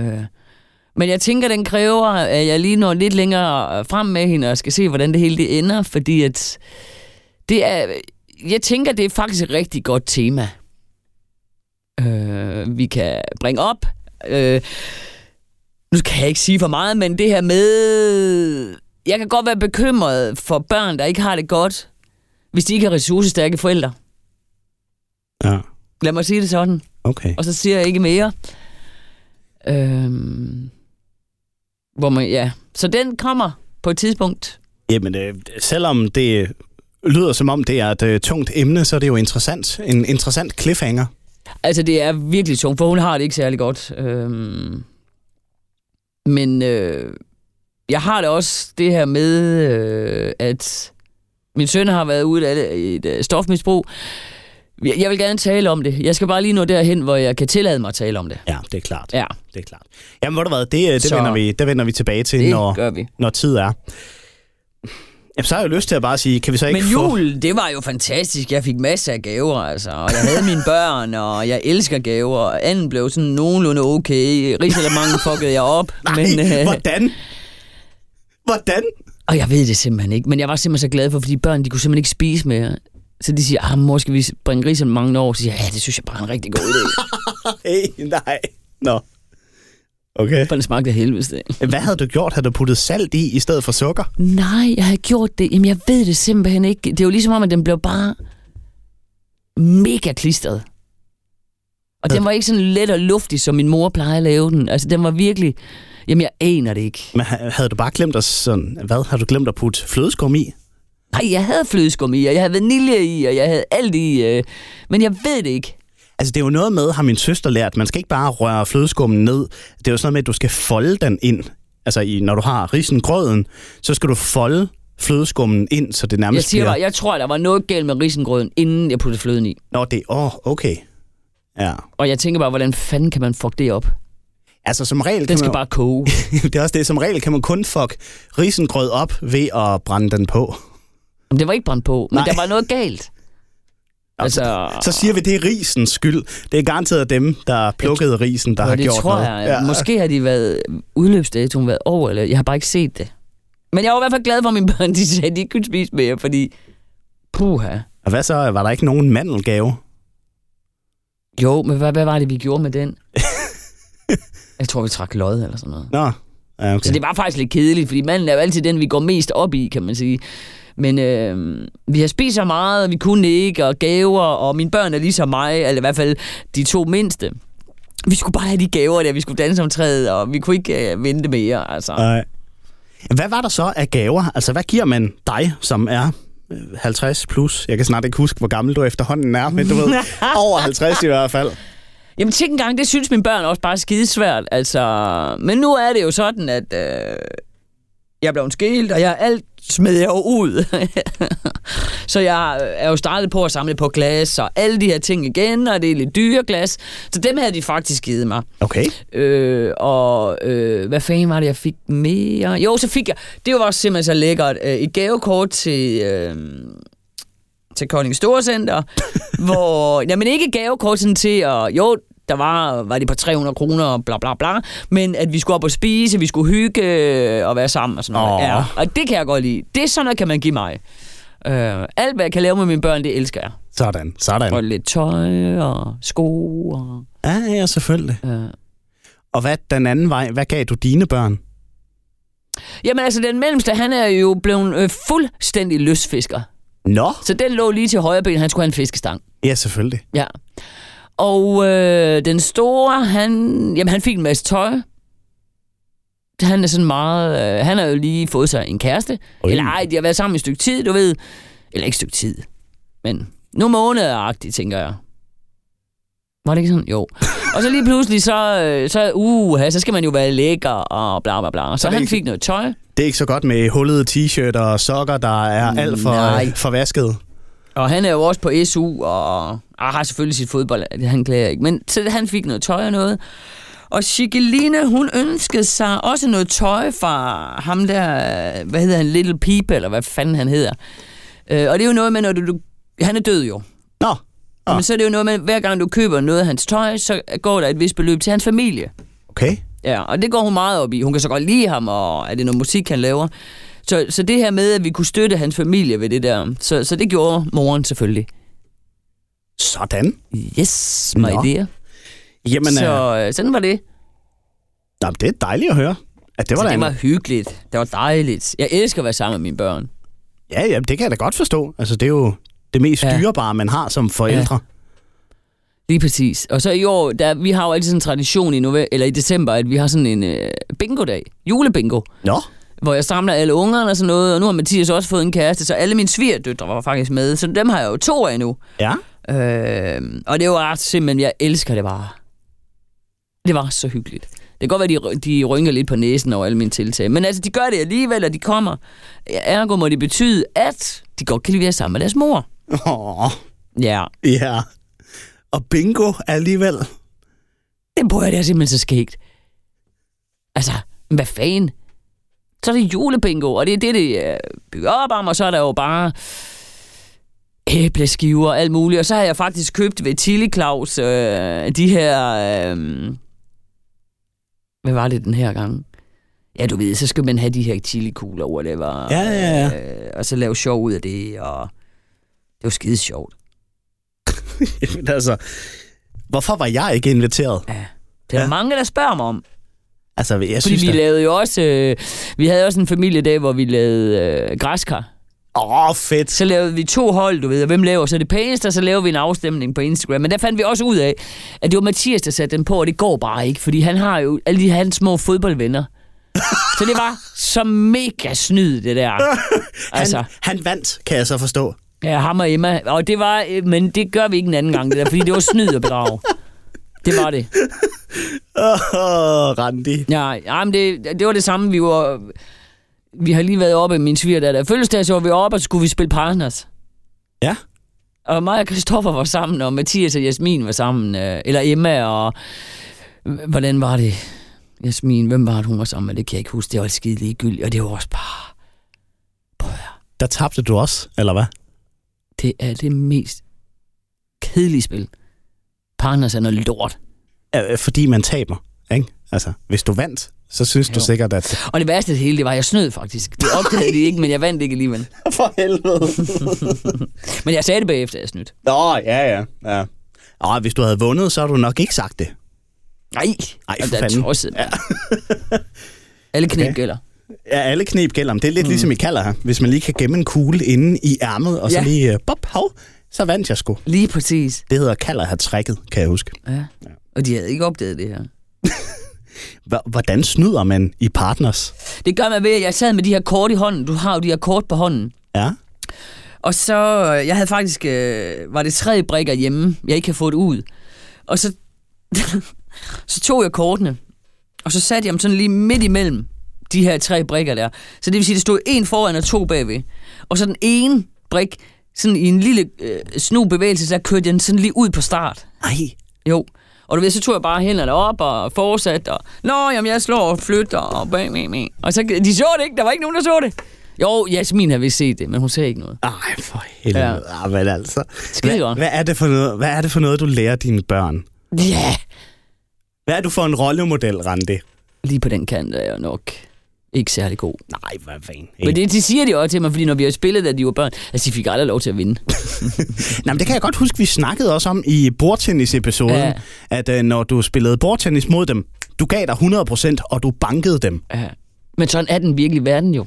Speaker 2: Men jeg tænker, den kræver, at jeg lige når lidt længere øh, frem med hende, og skal se, hvordan det hele det ender, fordi at det er, jeg tænker, det er faktisk et rigtig godt tema, øh, vi kan bringe op. Øh, nu kan jeg ikke sige for meget, men det her med... Jeg kan godt være bekymret for børn, der ikke har det godt, hvis de ikke har ressourcestærke forældre.
Speaker 1: Ja,
Speaker 2: Lad mig sige det sådan.
Speaker 1: okay.
Speaker 2: Og så siger jeg ikke mere. Øhm, Hvor man, ja. Så den kommer på et tidspunkt.
Speaker 1: Jamen, øh, selvom det lyder som om, det er et øh, tungt emne, så er det jo interessant. En interessant cliffhanger.
Speaker 2: Altså, det er virkelig tungt, for hun har det ikke særlig godt. Øhm, men øh, jeg har det også det her med, øh, at min søn har været ude af et øh, stofmisbrug. Jeg jeg vil gerne tale om det. Jeg skal bare lige nå derhen, hvor jeg kan tillade mig at tale om det.
Speaker 1: Ja, det er klart.
Speaker 2: Ja,
Speaker 1: Det er klart. Jamen, hvor du hvad, det, øh, det
Speaker 2: Så-
Speaker 1: vender vi, det vender vi tilbage til,
Speaker 2: det
Speaker 1: når,
Speaker 2: gør vi.
Speaker 1: når tid er. Jamen, så har jeg jo lyst til at bare sige, kan vi så ikke
Speaker 2: Men
Speaker 1: få...
Speaker 2: jul, det var jo fantastisk. Jeg fik masser af gaver, altså. Og jeg havde mine børn, og jeg elsker gaver. Og anden blev sådan nogenlunde okay. Rigsalermangen fuckede jeg op.
Speaker 1: Nej,
Speaker 2: men, øh,
Speaker 1: hvordan? Hvordan?
Speaker 2: og jeg ved det simpelthen ikke. Men jeg var simpelthen så glad for, fordi børn, de kunne simpelthen ikke spise mere. Så de siger, ah, mor, skal vi bringe rigsalermangen over? Så siger jeg, ja, det synes jeg bare er en rigtig god idé.
Speaker 1: Hey, nej. Nå. Okay.
Speaker 2: For den smagte af helvede. til.
Speaker 1: Hvad havde du gjort? Havde du puttet salt i, i stedet for sukker?
Speaker 2: Nej, jeg havde gjort det. Jamen, jeg ved det simpelthen ikke. Det er jo ligesom om, at den blev bare mega klistret. Og den var ikke sådan let og luftig, som min mor plejede at lave den. Altså, den var virkelig... Jamen, jeg aner det ikke.
Speaker 1: Men ha- havde du bare glemt at sådan... Hvad? Har du glemt at putte flødeskum i?
Speaker 2: Nej, jeg havde flødeskum i, og jeg havde vanilje i, og jeg havde alt i. Øh, men jeg ved det ikke.
Speaker 1: Altså, det er jo noget med, har min søster lært, man skal ikke bare røre flødeskummen ned. Det er jo sådan noget med, at du skal folde den ind. Altså, i, når du har risen grøden, så skal du folde flødeskummen ind, så det
Speaker 2: Jeg,
Speaker 1: nærmest
Speaker 2: siger
Speaker 1: bliver...
Speaker 2: bare, jeg tror, der var noget galt med risengrøden, inden jeg puttede fløden i.
Speaker 1: Nå, det Åh, oh, okay. Ja.
Speaker 2: Og jeg tænker bare, hvordan fanden kan man fuck det op?
Speaker 1: Altså, som regel
Speaker 2: Den
Speaker 1: kan
Speaker 2: skal
Speaker 1: man,
Speaker 2: bare koge.
Speaker 1: det er også det, som regel kan man kun fuck risengrød op ved at brænde den på.
Speaker 2: Men det var ikke brændt på, men
Speaker 1: Nej.
Speaker 2: der var noget galt. Altså,
Speaker 1: Så siger vi, det er risens skyld. Det er garanteret dem, der plukkede risen, der
Speaker 2: Ja,
Speaker 1: har
Speaker 2: det
Speaker 1: gjort
Speaker 2: tror
Speaker 1: noget.
Speaker 2: jeg. Ja. Måske har de været udløbsdatoen været over, eller jeg har bare ikke set det. Men jeg var i hvert fald glad for, at mine børn de sagde, at de ikke kunne spise mere, fordi... Puha.
Speaker 1: Og hvad så? Var der ikke nogen mandelgave?
Speaker 2: Jo, men hvad, hvad var det, vi gjorde med den? jeg tror, vi trak lod eller sådan noget.
Speaker 1: Nå, ja, okay.
Speaker 2: Så det var faktisk lidt kedeligt, fordi manden er jo altid den, vi går mest op i, kan man sige. Men øh, vi har spist så meget, og vi kunne ikke, og gaver, og mine børn er ligesom mig, eller i hvert fald de to mindste. Vi skulle bare have de gaver der, vi skulle danse om træet, og vi kunne ikke øh, vente mere, altså.
Speaker 1: Nej. Hvad var der så af gaver? Altså, hvad giver man dig, som er øh, 50 plus? Jeg kan snart ikke huske, hvor gammel du efterhånden er, men du ved, over 50 i hvert fald.
Speaker 2: Jamen tænk engang, det synes mine børn også bare er skidesvært. Altså, men nu er det jo sådan, at øh, jeg blev skilt, og jeg alt smed jeg jo ud. så jeg er jo startet på at samle på glas og alle de her ting igen, og det er lidt dyre glas. Så dem havde de faktisk givet mig.
Speaker 1: Okay.
Speaker 2: Øh, og øh, hvad fanden var det, jeg fik mere? Jo, så fik jeg, det var også simpelthen så lækkert, øh, et gavekort til, øh, til Kolding Storcenter, hvor, jamen ikke et gavekort sådan til, at, jo, der var, var det på 300 kroner og bla bla bla, men at vi skulle op og spise, vi skulle hygge øh, og være sammen og sådan noget.
Speaker 1: Åh.
Speaker 2: Ja, og det kan jeg godt lide. Det er sådan noget, kan man give mig. Øh, alt, hvad jeg kan lave med mine børn, det elsker jeg.
Speaker 1: Sådan, sådan.
Speaker 2: Og lidt tøj og sko og...
Speaker 1: Ja, ja, selvfølgelig.
Speaker 2: Øh,
Speaker 1: Og hvad den anden vej? Hvad gav du dine børn?
Speaker 2: Jamen altså, den mellemste, han er jo blevet øh, fuldstændig løsfisker.
Speaker 1: Nå.
Speaker 2: Så den lå lige til højre ben, han skulle have en fiskestang.
Speaker 1: Ja, selvfølgelig.
Speaker 2: Ja. Og øh, den store, han, jamen, han fik en masse tøj. Han er sådan meget... Øh, han har jo lige fået sig en kæreste.
Speaker 1: Ui.
Speaker 2: Eller ej, de har været sammen i et stykke tid, du ved. Eller ikke et stykke tid. Men nu månederagtigt, tænker jeg. Var det ikke sådan? Jo. Og så lige pludselig, så, øh, så, uh, så skal man jo være lækker og bla bla bla. Så,
Speaker 1: er
Speaker 2: så
Speaker 1: det
Speaker 2: han
Speaker 1: ikke-
Speaker 2: fik noget tøj.
Speaker 1: Det er ikke så godt med hullede t-shirt og sokker, der er alt for,
Speaker 2: Mm, Nej.
Speaker 1: for vasket.
Speaker 2: Og han er jo også på SU, og, og har selvfølgelig sit fodbold, det han klager ikke. Men så han fik noget tøj og noget. Og Chigeline, hun ønskede sig også noget tøj fra ham der, øh, hvad hedder han, Little Peep, eller hvad fanden han hedder. Øh, og det er jo noget med, når du, du han er død jo.
Speaker 1: Nå, Ah.
Speaker 2: Ah. Men så er det jo noget med, hver gang du køber noget af hans tøj, så går der et vist beløb til hans familie.
Speaker 1: okay.
Speaker 2: Ja, og det går hun meget op i. Hun kan så godt lide ham, og er det noget musik, han laver. Så, så det her med, at vi kunne støtte hans familie ved det der, så, så det gjorde moren selvfølgelig.
Speaker 1: Sådan.
Speaker 2: Yes, my
Speaker 1: Nå.
Speaker 2: dear.
Speaker 1: Jamen, så... øh,
Speaker 2: så øh, sådan var det.
Speaker 1: nå, det er dejligt at høre. At det var
Speaker 2: så
Speaker 1: da
Speaker 2: det
Speaker 1: en-
Speaker 2: var hyggeligt. Det var dejligt. Jeg elsker at være sammen med mine børn.
Speaker 1: Ja, ja, det kan jeg da godt forstå. Altså, det er jo det mest
Speaker 2: Ja.
Speaker 1: dyrebare, man har som forældre.
Speaker 2: Det Lige præcis. Og så i år, der, vi har jo altid sådan en tradition i, november, eller i december, at vi har sådan en øh, bingo-dag. Julebingo.
Speaker 1: Nå,
Speaker 2: Hvor jeg samler alle ungerne og sådan noget. Og nu har Mathias også fået en kæreste, så alle mine svigerdøtre var faktisk med. Så dem har jeg jo to af nu.
Speaker 1: ja.
Speaker 2: Øh, og det var ret simpelthen, jeg elsker det bare. Det var så hyggeligt. Det kan godt være, de, de rynker lidt på næsen over alle mine tiltag. Men altså, de gør det alligevel, og de kommer. Ergo må det betyde, at de godt kan lide at være sammen med deres mor.
Speaker 1: Åh,
Speaker 2: Ja,
Speaker 1: ja. Og bingo alligevel.
Speaker 2: det burde jeg det er simpelthen så skægt. Altså, hvad fanden? Så er det julebingo, og det er det, det øh, bygger op om, og så er der jo bare æbleskiver og alt muligt. Og så har jeg faktisk købt ved Chili Claus øh, de her... Øh, hvad var det den her gang? Ja, du ved, så skal man have de her chilikugler, whatever.
Speaker 1: Ja, ja, ja.
Speaker 2: Øh, og så lave sjov ud af det, og det var skide sjovt.
Speaker 1: Jamen, altså, hvorfor var jeg ikke inviteret?
Speaker 2: Ja. Det er
Speaker 1: Ja.
Speaker 2: ja. mange, der spørger mig om.
Speaker 1: Altså, jeg
Speaker 2: Fordi
Speaker 1: synes
Speaker 2: vi
Speaker 1: da-
Speaker 2: lavede jo også, øh, vi havde også en familiedag, hvor vi lavede øh, græskar.
Speaker 1: Åh, oh, fedt.
Speaker 2: Så lavede vi to hold, du ved, og hvem laver så det pæneste, og så lavede vi en afstemning på Instagram. Men der fandt vi også ud af, at det var Mathias, der satte den på, og det går bare ikke, fordi han har jo alle de hans små fodboldvenner. så det var så mega snyd, det der. altså.
Speaker 1: Han, han vandt, kan jeg så forstå.
Speaker 2: Ja, ham og Emma. Og det var, øh, men det gør vi ikke en anden gang, det der, fordi det var snyd og bedrag. Det var det.
Speaker 1: Åh, oh, Randi.
Speaker 2: Ja, ja men det, det var det samme. Vi var, vi har lige været oppe, min svigerdatter. der fødselsdag, så var vi oppe, og så skulle vi spille partners.
Speaker 1: Ja.
Speaker 2: Og mig og Christoffer var sammen, og Mathias og Jasmin var sammen. øh, Eller Emma og... Hvordan var det? Jasmin, hvem var det, hun var sammen med? Det kan jeg ikke huske. Det var skide ligegyldigt, og det var også bare... Prøv at høre.
Speaker 1: Der tabte du også, eller hvad?
Speaker 2: Det er det mest kedelige spil. Partners er noget lort.
Speaker 1: Øh, Fordi man taber, ikke? Altså, hvis du vandt, så synes jo. du
Speaker 2: Jo.
Speaker 1: sikkert, at...
Speaker 2: Og det værste af det hele, det var, at jeg snød faktisk. Det opdagede de ikke, men jeg vandt ikke alligevel.
Speaker 1: For helvede.
Speaker 2: Men jeg sagde det bagefter, at jeg snydt.
Speaker 1: Nå, ja, ja. ja. Og hvis du havde vundet, så havde du nok ikke sagt det.
Speaker 2: Nej,
Speaker 1: Ej,
Speaker 2: Og
Speaker 1: for
Speaker 2: der er
Speaker 1: fanden.
Speaker 2: tosset. Ja. Alle knæk
Speaker 1: Okay.
Speaker 2: okay. gælder.
Speaker 1: Ja, alle knep gælder om. Det er lidt mm. ligesom i kalder her. Hvis man lige kan gemme en kugle inde i ærmet, og så
Speaker 2: Ja.
Speaker 1: lige, øh, bop, hov, så vandt jeg sgu.
Speaker 2: Lige præcis.
Speaker 1: Det hedder kalder her trækket, kan jeg huske.
Speaker 2: Ja. Og de havde ikke opdaget det her.
Speaker 1: H- hvordan snyder man i partners?
Speaker 2: Det gør man ved, at jeg sad med de her kort i hånden. Du har jo de her kort på hånden.
Speaker 1: Ja.
Speaker 2: Og så, øh, jeg havde faktisk, øh, var det tre brikker hjemme, jeg ikke havde fået ud. Og så, så tog jeg kortene, og så satte jeg dem sådan lige midt imellem de her tre brikker der. Så det vil sige, at der stod en foran og to bagved. Og så den ene brik, sådan i en lille øh, snu bevægelse, så kørte jeg den sådan lige ud på start.
Speaker 1: Ej.
Speaker 2: Jo. Og du ved, så tog jeg bare hænderne op og fortsatte, og nå, jamen, jeg slår og flytter, og bæ, bæ, bæ. Og så, de så det ikke, der var ikke nogen, der så det. Jo, Jasmin har vist set det, men hun ser ikke noget.
Speaker 1: Ej, for helvede. Ja. Ej, men altså.
Speaker 2: Skide
Speaker 1: hvad,
Speaker 2: godt.
Speaker 1: hvad, er det for noget, hvad er det for noget, du lærer dine børn?
Speaker 2: Ja, yeah.
Speaker 1: Hvad er du for en rollemodel, Randi?
Speaker 2: lige på den kant er jeg nok ikke særlig god.
Speaker 1: Nej, hvad fanden.
Speaker 2: Men det, de siger det også til mig, fordi når vi har spillet, da de var børn, altså de fik aldrig lov til at vinde.
Speaker 1: Nå, men det kan jeg godt huske, vi snakkede også om i bordtennis-episoden, ja.
Speaker 2: Ja.
Speaker 1: at øh, når du spillede bordtennis mod dem, du gav dig 100%, og du bankede dem.
Speaker 2: Ja. Men sådan er den virkelig verden jo.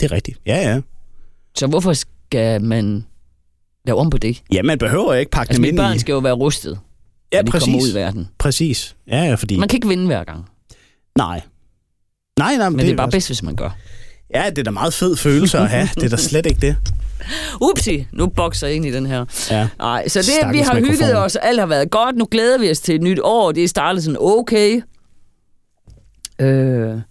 Speaker 1: Det er rigtigt. Ja, ja.
Speaker 2: Så hvorfor skal man lave om på det?
Speaker 1: Ja, man behøver ikke pakke
Speaker 2: Altså
Speaker 1: dem
Speaker 2: mine
Speaker 1: ind i...
Speaker 2: børn skal jo være rustet,
Speaker 1: ja,
Speaker 2: når de kommer ud i verden.
Speaker 1: Præcis. Ja, ja, fordi...
Speaker 2: Man kan ikke vinde hver gang,
Speaker 1: Nej. Nej, nej,
Speaker 2: men det, det er bare
Speaker 1: også-
Speaker 2: bedst, hvis man gør.
Speaker 1: Ja, det er da meget fed følelse at have. Det er da slet ikke det.
Speaker 2: Upsi, nu bokser jeg ind i den her.
Speaker 1: Ja.
Speaker 2: Nej, så det,
Speaker 1: Stakkels
Speaker 2: vi har hygget
Speaker 1: mikrofon.
Speaker 2: os, og alt har været godt. Nu glæder vi os til et nyt år. Det er startet sådan okay. Øh, og jeg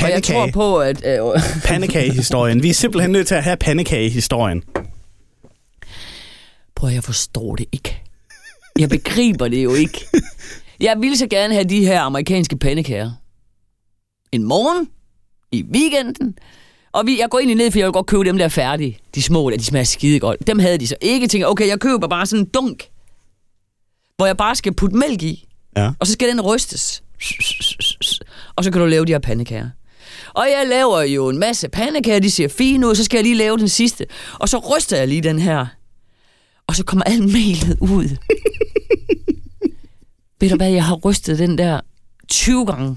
Speaker 2: tror
Speaker 1: Pandekage.
Speaker 2: på, at... Øh,
Speaker 1: Pandekagehistorien. Vi er simpelthen nødt til at have pandekagehistorien.
Speaker 2: prøv at jeg forstår det ikke. Jeg begriber det jo ikke. Jeg ville så gerne have de her amerikanske pandekager. En morgen, i weekenden, og vi, jeg går egentlig ned, for jeg vil godt købe dem der er færdige. De små der, de smager skide godt. Dem havde de så ikke. Jeg tænker, okay, jeg køber bare sådan en dunk, hvor jeg bare skal putte mælk i.
Speaker 1: Ja.
Speaker 2: Og så skal den rystes. Og så kan du lave de her pandekager. Og jeg laver jo en masse pandekager, de ser fine ud, så skal jeg lige lave den sidste. Og så ryster jeg lige den her. Og så kommer alt melet ud. Ved du hvad, jeg har rystet den der 20 gange.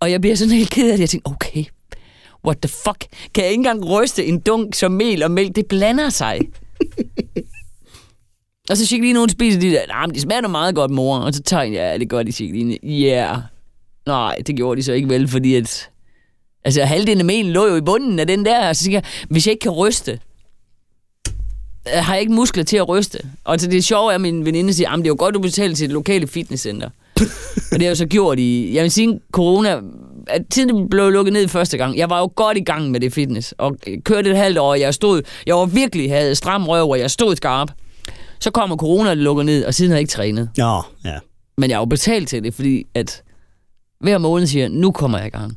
Speaker 2: Og jeg bliver sådan helt ked af det. Jeg tænker, okay, what the fuck? Kan jeg ikke engang ryste en dunk som mel og mælk? Det blander sig. Og så Chicolini, hun spiser de der, nej, men de smager da meget godt, mor. Og så tager jeg, ja, det gør de Chicolini. Ja. Yeah. Nej, det gjorde de så ikke vel, fordi at... Altså, halvdelen af melen lå jo i bunden af den der, og så siger jeg, hvis jeg ikke kan ryste, øh, har jeg ikke muskler til at ryste. Og så det sjove er, at min veninde siger, at det er jo godt, du betaler til et lokale fitnesscenter. og det har jeg så gjort i, jeg vil sige, corona, at tiden blev lukket ned første gang. Jeg var jo godt i gang med det fitness, og øh, kørte et halvt år, og jeg stod, jeg var virkelig havde stram røv, og jeg stod skarp. Så kommer corona, og det lukker ned, og siden har jeg ikke trænet.
Speaker 1: Nå, ja.
Speaker 2: Men jeg har jo betalt til det, fordi at hver måned siger, jeg, nu kommer jeg i gang.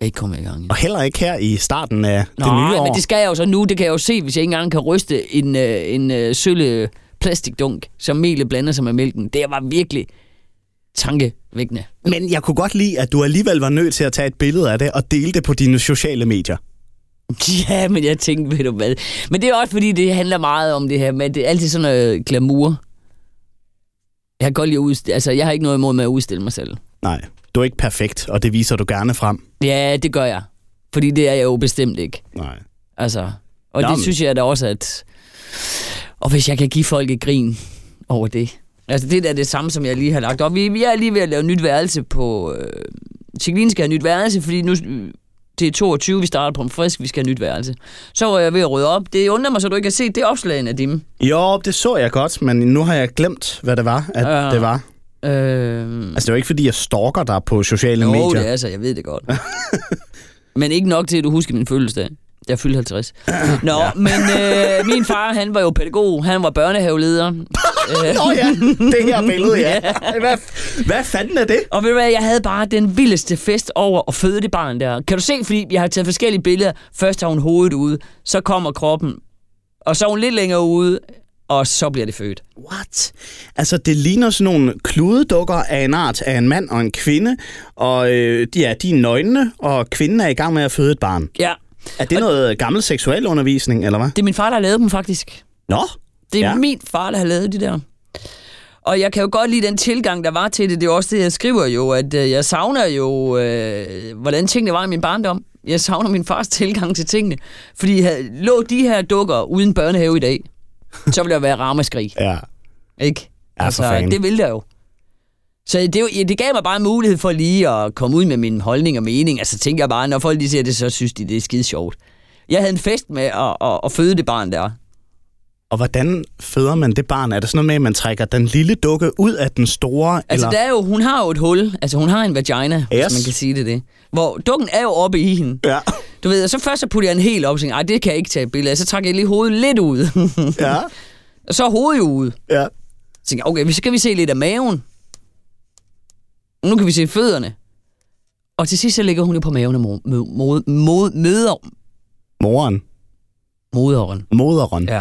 Speaker 2: Ikke kommer jeg i gang. igen.
Speaker 1: Og heller ikke her i starten af det
Speaker 2: Nej,
Speaker 1: nye år.
Speaker 2: men det skal jeg jo så nu. Det kan jeg jo se, hvis jeg ikke engang kan ryste en, øh, en øh, sølle plastikdunk, som melet blander sig med mælken. Det var virkelig tankevækkende.
Speaker 1: Men jeg kunne godt lide, at du alligevel var nødt til at tage et billede af det og dele det på dine sociale medier.
Speaker 2: Ja, men jeg tænkte, ved du hvad. Men det er også, fordi det handler meget om det her med, det er altid sådan noget glamour. Jeg kan godt lide at udstille, altså jeg har ikke noget imod med at udstille mig selv.
Speaker 1: Nej, du er ikke perfekt, og det viser du gerne frem.
Speaker 2: Ja, det gør jeg. Fordi det er jeg jo bestemt ikke.
Speaker 1: Nej.
Speaker 2: Altså, og Jamen.
Speaker 1: Jamen.
Speaker 2: det synes jeg da også, at... Og hvis jeg kan give folk et grin over det. Altså, det der er det samme, som jeg lige har lagt op. Vi, vi er lige ved at lave nyt værelse på... Øh, Chiklin skal have nyt værelse, fordi nu... øh, Det er 22, vi starter på en frisk, vi skal have nyt værelse. Så var jeg ved at rydde op. Det undrer mig, så du ikke har set det opslag, Nadim.
Speaker 1: Jo, det så jeg godt, men nu har jeg glemt, hvad det var, at
Speaker 2: Ja.
Speaker 1: det var.
Speaker 2: Øh,
Speaker 1: Altså, det var ikke, fordi jeg stalker dig på sociale
Speaker 2: jo,
Speaker 1: medier.
Speaker 2: det er så, jeg ved det godt. men ikke nok til, at du husker min fødselsdag. Jeg fyldte 50. Nå, ja. men øh, min far, han var jo pædagog. Han var børnehaveleder. Øh,
Speaker 1: Nå ja, det her billede, ja. Hvad, hvad fanden er det?
Speaker 2: Og ved du hvad, jeg havde bare den vildeste fest over at føde det barn der. Kan du se, fordi jeg har taget forskellige billeder. Først har hun hovedet ude, så kommer kroppen, og så er hun lidt længere ude, og så bliver det født.
Speaker 1: What? Altså, det ligner sådan nogle kludedukker af en art af en mand og en kvinde, og øh, ja, de er nøgne, og kvinden er i gang med at føde et barn.
Speaker 2: Ja,
Speaker 1: Er det noget gammel seksuel undervisning, eller hvad?
Speaker 2: det er min far, der har lavet dem faktisk.
Speaker 1: Nå,
Speaker 2: Det er
Speaker 1: Ja.
Speaker 2: ja. min far, der har lavet de der. Og jeg kan jo godt lide den tilgang, der var til det. Det er jo også det, jeg skriver jo, at øh, jeg savner jo, øh, hvordan tingene var i min barndom. Jeg savner min fars tilgang til tingene. Fordi havde- lå de her dukker uden børnehave i dag, så ville der være ramaskrig.
Speaker 1: ja.
Speaker 2: Ikke? Altså,
Speaker 1: Ja, for fanden.
Speaker 2: det ville der jo. Så det, jo- ja, det gav mig bare en mulighed for lige at komme ud med min holdning og mening. Altså tænker jeg bare, når folk lige ser det, så synes de, det er skide sjovt. Jeg havde en fest med at, at, at føde det barn der.
Speaker 1: Og hvordan føder man det barn? Er det sådan noget med, at man trækker den lille dukke ud af den store?
Speaker 2: Altså,
Speaker 1: eller?
Speaker 2: der er jo, hun har jo et hul. Altså, hun har en vagina, yes.
Speaker 1: Yes.
Speaker 2: hvis man kan sige det det. Hvor dukken er jo oppe i hende.
Speaker 1: Ja,
Speaker 2: Du ved, og så først så putter jeg en helt op og tænker, ej, det kan jeg ikke tage et billede af. Så trækker jeg lige hovedet lidt ud.
Speaker 1: ja,
Speaker 2: og så er hovedet jo ude.
Speaker 1: ja.
Speaker 2: Så tænkte jeg, okay, så kan vi se lidt af maven. Nu kan vi se fødderne. Og til sidst så ligger hun jo på maven og mod, mod, mod, møder,
Speaker 1: Moren.
Speaker 2: moderen.
Speaker 1: Moderen.
Speaker 2: Ja.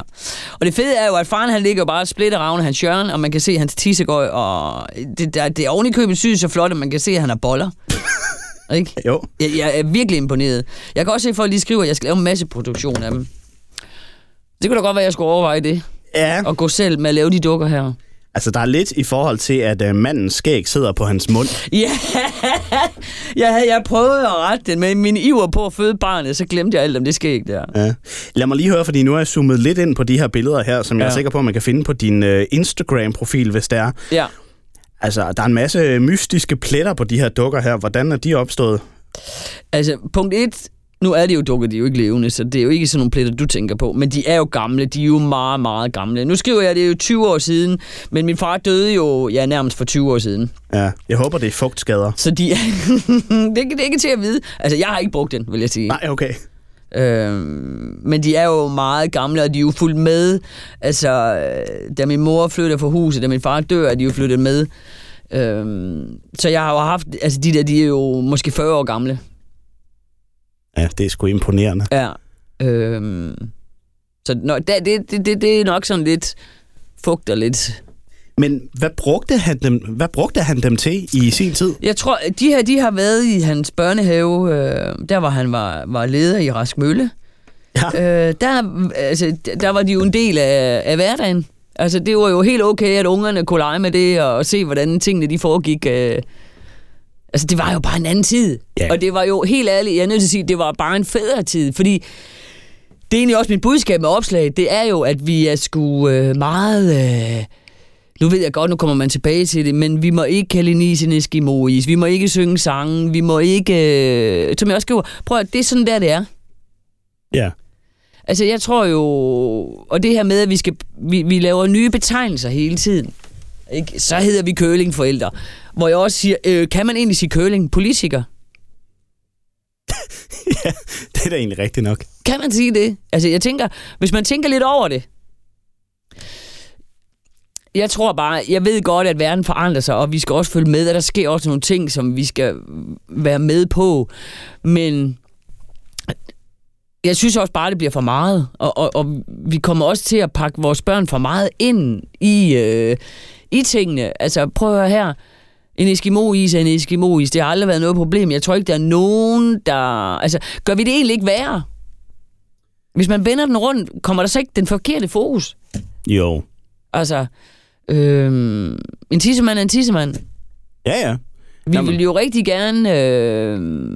Speaker 2: Og det fede er jo, at faren han ligger jo bare og splitter ravne hans hjørne, og man kan se hans tissegøj, og det, der, det er oven i købet sygt så flot, at man kan se, at han har boller. Ikke?
Speaker 1: Jo.
Speaker 2: Jeg, jeg, er virkelig imponeret. Jeg kan også se, at folk lige skriver, at jeg skal lave en masse produktion af dem. Det kunne da godt være, at jeg skulle overveje det,
Speaker 1: Ja.
Speaker 2: og gå selv med at lave de dukker her.
Speaker 1: Altså, der er lidt i forhold til, at øh, mandens skæg sidder på hans mund.
Speaker 2: Ja, jeg, havde, jeg prøvede at rette den, men min iver på at føde barnet, så glemte jeg alt om det skæg der.
Speaker 1: Ja. Lad mig lige høre, fordi nu er jeg zoomet lidt ind på de her billeder her, som ja. jeg er
Speaker 2: Ja.
Speaker 1: sikker på, at man kan finde på din øh, Instagram-profil, hvis det er.
Speaker 2: Ja.
Speaker 1: Altså, der er en masse mystiske pletter på de her dukker her. Hvordan er de opstået?
Speaker 2: Altså, punkt et, nu er det jo dukker, de er jo ikke levende, så det er jo ikke sådan nogle pletter, du tænker på. Men de er jo gamle, de er jo meget, meget gamle. Nu skriver jeg, det er jo 20 år siden, men min far døde jo ja, nærmest for 20 år siden.
Speaker 1: Ja. Jeg håber, det er fugtskader.
Speaker 2: Så de er, det, er ikke- det er ikke til at vide. Altså, jeg har ikke brugt den, vil jeg sige.
Speaker 1: Nej, okay.
Speaker 2: Øhm, men de er jo meget gamle, og de er jo fuldt med. Altså, øh, da min mor flytter fra huset, da min far dør, er de jo flyttet med. Øhm, så jeg har jo haft, altså de der, de er jo måske 40 år gamle.
Speaker 1: Ja, det er sgu imponerende.
Speaker 2: Ja. Øhm, så nå, det, det, det, det, det er nok sådan lidt fugt og lidt.
Speaker 1: Men hvad brugte han dem, hvad brugte han dem til i sin tid?
Speaker 2: Jeg tror, at de her, de har været i hans børnehave, øh, der hvor han var, var leder i Rask Mølle.
Speaker 1: Ja.
Speaker 2: Øh, der, altså, der var de jo en del af, af hverdagen. Altså, det var jo helt okay, at ungerne kunne lege med det, og se, hvordan tingene de foregik. Øh. Altså, det var jo bare en anden tid.
Speaker 1: Ja.
Speaker 2: Og det var jo, helt ærligt, jeg er nødt til at sige, det var bare en federe tid, fordi Det er egentlig også mit budskab med opslag, det er jo, at vi er sgu øh, meget... Øh, nu ved jeg godt, nu kommer man tilbage til det, men vi må ikke kalde Nisen Eskimois, vi må ikke synge sange, vi må ikke... Øh, som jeg også skriver, prøv at det er sådan der, det er.
Speaker 1: Ja.
Speaker 2: Altså, jeg tror jo... Og det her med, at vi, skal, vi, vi laver nye betegnelser hele tiden. Ikke? Så hedder vi curlingforældre. Hvor jeg også siger, øh, kan man egentlig sige curling? Politiker?
Speaker 1: ja, det er da egentlig rigtigt nok.
Speaker 2: Kan man sige det? Altså, jeg tænker, hvis man tænker lidt over det, jeg tror bare, jeg ved godt, at verden forandrer sig, og vi skal også følge med, og der sker også nogle ting, som vi skal være med på. Men jeg synes også bare, det bliver for meget, og, og, og vi kommer også til at pakke vores børn for meget ind i, øh, i tingene. Altså, prøv at høre her. En Eskimo-is er en Eskimo-is. Det har aldrig været noget problem. Jeg tror ikke, der er nogen, der... Altså, gør vi det egentlig ikke værre? Hvis man vender den rundt, kommer der så ikke den forkerte fokus?
Speaker 1: Jo.
Speaker 2: Altså, øhm, en tissemand er en tissemand.
Speaker 1: Ja, ja.
Speaker 2: Vi
Speaker 1: Jamen.
Speaker 2: vil jo rigtig gerne øh,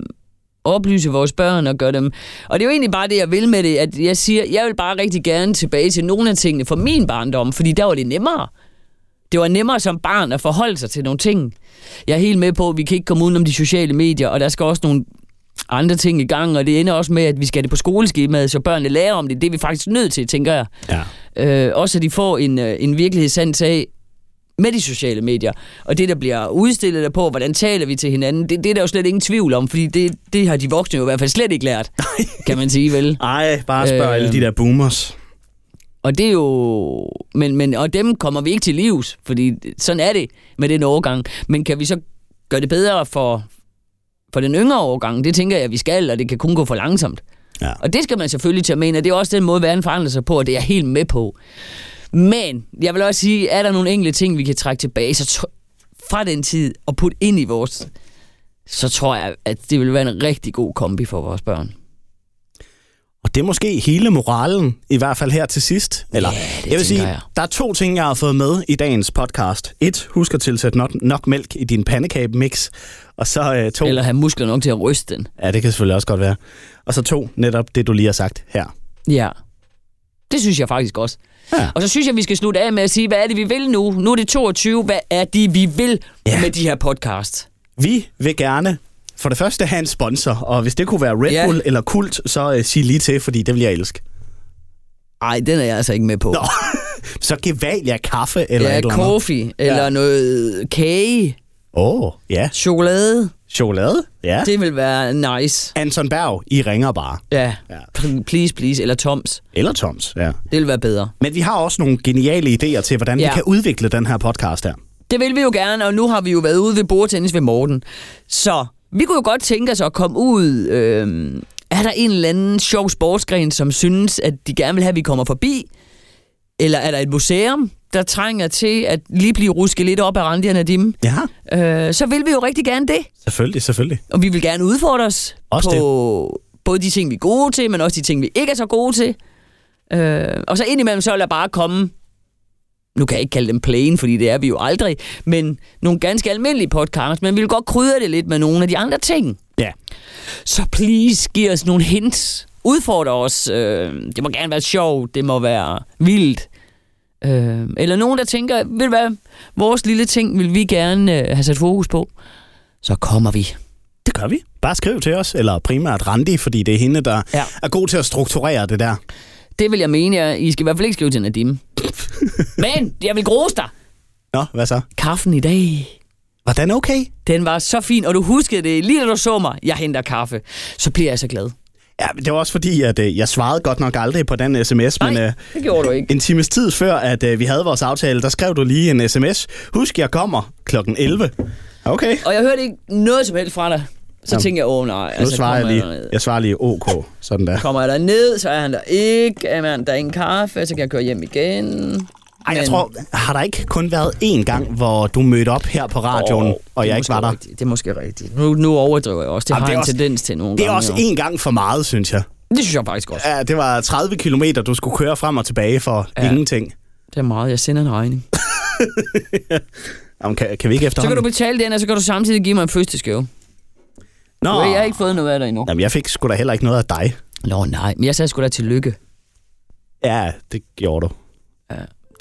Speaker 2: oplyse vores børn og gøre dem... Og det er jo egentlig bare det, jeg vil med det, at jeg siger, jeg vil bare rigtig gerne tilbage til nogle af tingene fra min barndom, fordi der var det nemmere. Det var nemmere som barn at forholde sig til nogle ting. Jeg er helt med på, at vi kan ikke komme udenom de sociale medier, og der skal også nogle andre ting i gang, og det ender også med, at vi skal have det på skoleskemaet, så børnene lærer om det. Det er vi faktisk nødt til, tænker jeg.
Speaker 1: Ja.
Speaker 2: Øh, også at de får en, øh, en virkelighedssans af med de sociale medier. Og det, der bliver udstillet der på, hvordan taler vi til hinanden, det, det er der jo slet ingen tvivl om, fordi det, det har de voksne jo i hvert fald slet ikke lært, kan man sige, vel?
Speaker 1: Ej, bare spørg øh...
Speaker 2: Øh.
Speaker 1: alle de der boomers.
Speaker 2: Og det er jo... Men, men, og dem kommer vi ikke til livs, fordi sådan er det med den overgang. Men kan vi så gøre det bedre for, for den yngre overgang? Det tænker jeg, vi skal, og det kan kun gå for langsomt.
Speaker 1: Ja.
Speaker 2: Og det skal man selvfølgelig til at mene, og det er også den måde, verden forandrer sig på, og det er jeg helt med på. Men jeg vil også sige, er der nogle enkelte ting, vi kan trække tilbage så tr- fra den tid og putte ind i vores, så tror jeg, at det vil være en rigtig god kombi for vores børn.
Speaker 1: Og det er måske hele moralen, i hvert fald her til sidst. Eller,
Speaker 2: Ja, det
Speaker 1: jeg vil sige,
Speaker 2: tænker jeg.
Speaker 1: der er to ting, jeg har fået med i dagens podcast. Et, husk at tilsætte nok, nok mælk i din pandekage-mix. Og så øh, to,
Speaker 2: Eller have muskler nok til at ryste den.
Speaker 1: Ja, det kan selvfølgelig også godt være. Og så to, netop det, du lige har sagt her.
Speaker 2: Ja. Det synes jeg faktisk også.
Speaker 1: Ja.
Speaker 2: Og så synes jeg, vi skal slutte af med at sige, hvad er det, vi vil nu? Nu er det 22. Hvad er det, vi vil
Speaker 1: Ja.
Speaker 2: ja. med de her podcast?
Speaker 1: Vi vil gerne for det første have en sponsor, og hvis det kunne være Red
Speaker 2: Ja.
Speaker 1: Bull eller Kult, så øh, sig lige til, fordi det vil jeg elske.
Speaker 2: Ej, den er jeg altså ikke med på.
Speaker 1: Nå, så Gevalia kaffe eller et eller
Speaker 2: ja,
Speaker 1: andet.
Speaker 2: koffe eller
Speaker 1: Ja.
Speaker 2: ja. noget kage,
Speaker 1: Åh, oh, ja.
Speaker 2: chokolade.
Speaker 1: Chokolade? Ja. Det...
Speaker 2: Det vil være nice.
Speaker 1: Anton Berg, I ringer bare.
Speaker 2: Ja.
Speaker 1: Ja.
Speaker 2: Pl- Please, please. Eller Toms.
Speaker 1: Eller Toms, ja.
Speaker 2: Det vil være bedre.
Speaker 1: Men vi har også nogle geniale idéer til, hvordan ja. vi
Speaker 2: Ja.
Speaker 1: kan udvikle den her podcast her.
Speaker 2: Det vil vi jo gerne, og nu har vi jo været ude ved bordtennis ved Morten. Så vi kunne jo godt tænke os at komme ud... Øh, er der en eller anden sjov sportsgren, som synes, at de gerne vil have, at vi kommer forbi? Eller er der et museum, der trænger til at lige blive rusket lidt op af Randi og Nadim?
Speaker 1: Ja,
Speaker 2: Øh, så vil vi jo rigtig gerne det.
Speaker 1: selvfølgelig, selvfølgelig.
Speaker 2: Og vi vil gerne udfordre os
Speaker 1: Også
Speaker 2: på både de ting, vi er gode til, men også de ting, vi ikke er så gode til. Øh, og så indimellem så vil der bare komme, nu kan jeg ikke kalde dem plain, fordi det er vi jo aldrig, men nogle ganske almindelige podcasts, men vi vil godt krydre det lidt med nogle af de andre ting.
Speaker 1: Ja.
Speaker 2: Så please, giv os nogle hints. Udfordre os. Øh, det må gerne være sjovt, det må være vildt. Øh, eller nogen, der tænker, ved du hvad, vores lille ting vil vi gerne øh, have sat fokus på. Så kommer vi.
Speaker 1: Det gør vi. Bare skriv til os, eller primært Randi, fordi det er hende, der ja.
Speaker 2: Ja.
Speaker 1: er god til at strukturere det der.
Speaker 2: Det vil jeg mene, jeg, I skal i hvert fald ikke skrive til Nadim. Men jeg vil grose dig.
Speaker 1: Nå, hvad så?
Speaker 2: Kaffen i dag,
Speaker 1: Hvordan okay?
Speaker 2: den var så fin, og du huskede det, lige da du så mig, jeg henter kaffe, så bliver jeg så glad.
Speaker 1: Ja, men det var også fordi, at øh, jeg svarede godt nok aldrig på den sms, men øh,
Speaker 2: det gjorde du ikke.
Speaker 1: en times tid før, at øh, vi havde vores aftale, der skrev du lige en sms. Husk, jeg kommer klokken 11. Okay,
Speaker 2: Og jeg hørte ikke noget som helst fra dig. Så
Speaker 1: Jamen,
Speaker 2: Jamen, tænkte jeg, åh nej, altså,
Speaker 1: nu svarer jeg
Speaker 2: kommer
Speaker 1: lige.
Speaker 2: derned.
Speaker 1: Jeg svarer lige OK. Sådan der.
Speaker 2: Kommer jeg derned, så er han der ikke. Er man der er ingen kaffe, så kan jeg køre hjem igen.
Speaker 1: Ej, jeg
Speaker 2: Men-
Speaker 1: tror, har der ikke kun været én gang, hvor du mødte op her på radioen,
Speaker 2: Åh,
Speaker 1: oh, og
Speaker 2: det er
Speaker 1: jeg ikke
Speaker 2: måske
Speaker 1: var der?
Speaker 2: rigtigt, Det er måske rigtigt. Nu, nu overdriver jeg også. Det
Speaker 1: Jamen,
Speaker 2: Jamen, har
Speaker 1: det er
Speaker 2: jeg en
Speaker 1: også-
Speaker 2: tendens til nogle
Speaker 1: Det er
Speaker 2: gange.
Speaker 1: også
Speaker 2: jo.
Speaker 1: én gang for meget, synes jeg.
Speaker 2: Det synes jeg faktisk også.
Speaker 1: Ja, det var 30 kilometer, du skulle køre frem og tilbage for ja.
Speaker 2: Ja.
Speaker 1: ingenting.
Speaker 2: Det er meget. Jeg sender en regning.
Speaker 1: Jamen, kan, kan vi ikke
Speaker 2: Så kan du
Speaker 1: efterhånden?
Speaker 2: betale den, og så kan du samtidig give mig en fødselsgave.
Speaker 1: Nå,
Speaker 2: Jeg har ikke fået noget af dig endnu.
Speaker 1: Jamen, jeg fik sgu da heller ikke noget af dig.
Speaker 2: Nå nej, men jeg sagde sgu da tillykke.
Speaker 1: Ja, det gjorde du.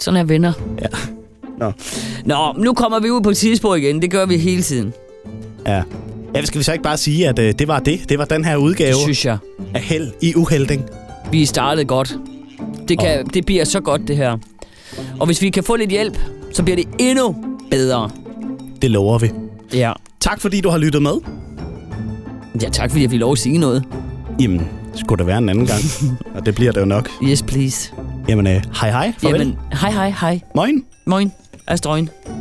Speaker 2: Sådan er venner.
Speaker 1: Ja. Nå.
Speaker 2: Nå, nu kommer vi ud på et tidsspor igen. Det gør vi hele tiden,
Speaker 1: Ja. Ja, skal vi så ikke bare sige, at øh, det var det? Det var den her udgave
Speaker 2: det synes jeg.
Speaker 1: af Held i Uhelding.
Speaker 2: Vi startede godt. Det, kan, det bliver så godt, det her. Og hvis vi kan få lidt hjælp, så bliver det endnu bedre.
Speaker 1: Det lover vi.
Speaker 2: Ja.
Speaker 1: Tak fordi du har lyttet med.
Speaker 2: Ja, tak fordi jeg fik lov at sige noget.
Speaker 1: Jamen, skulle der være en anden gang. Og det bliver det jo nok.
Speaker 2: Yes, please.
Speaker 1: Jamen, øh, hej hej. Farvel. Jamen.
Speaker 2: Jamen, hej, hej, hej.
Speaker 1: Moin.
Speaker 2: Moin. Astrøjen.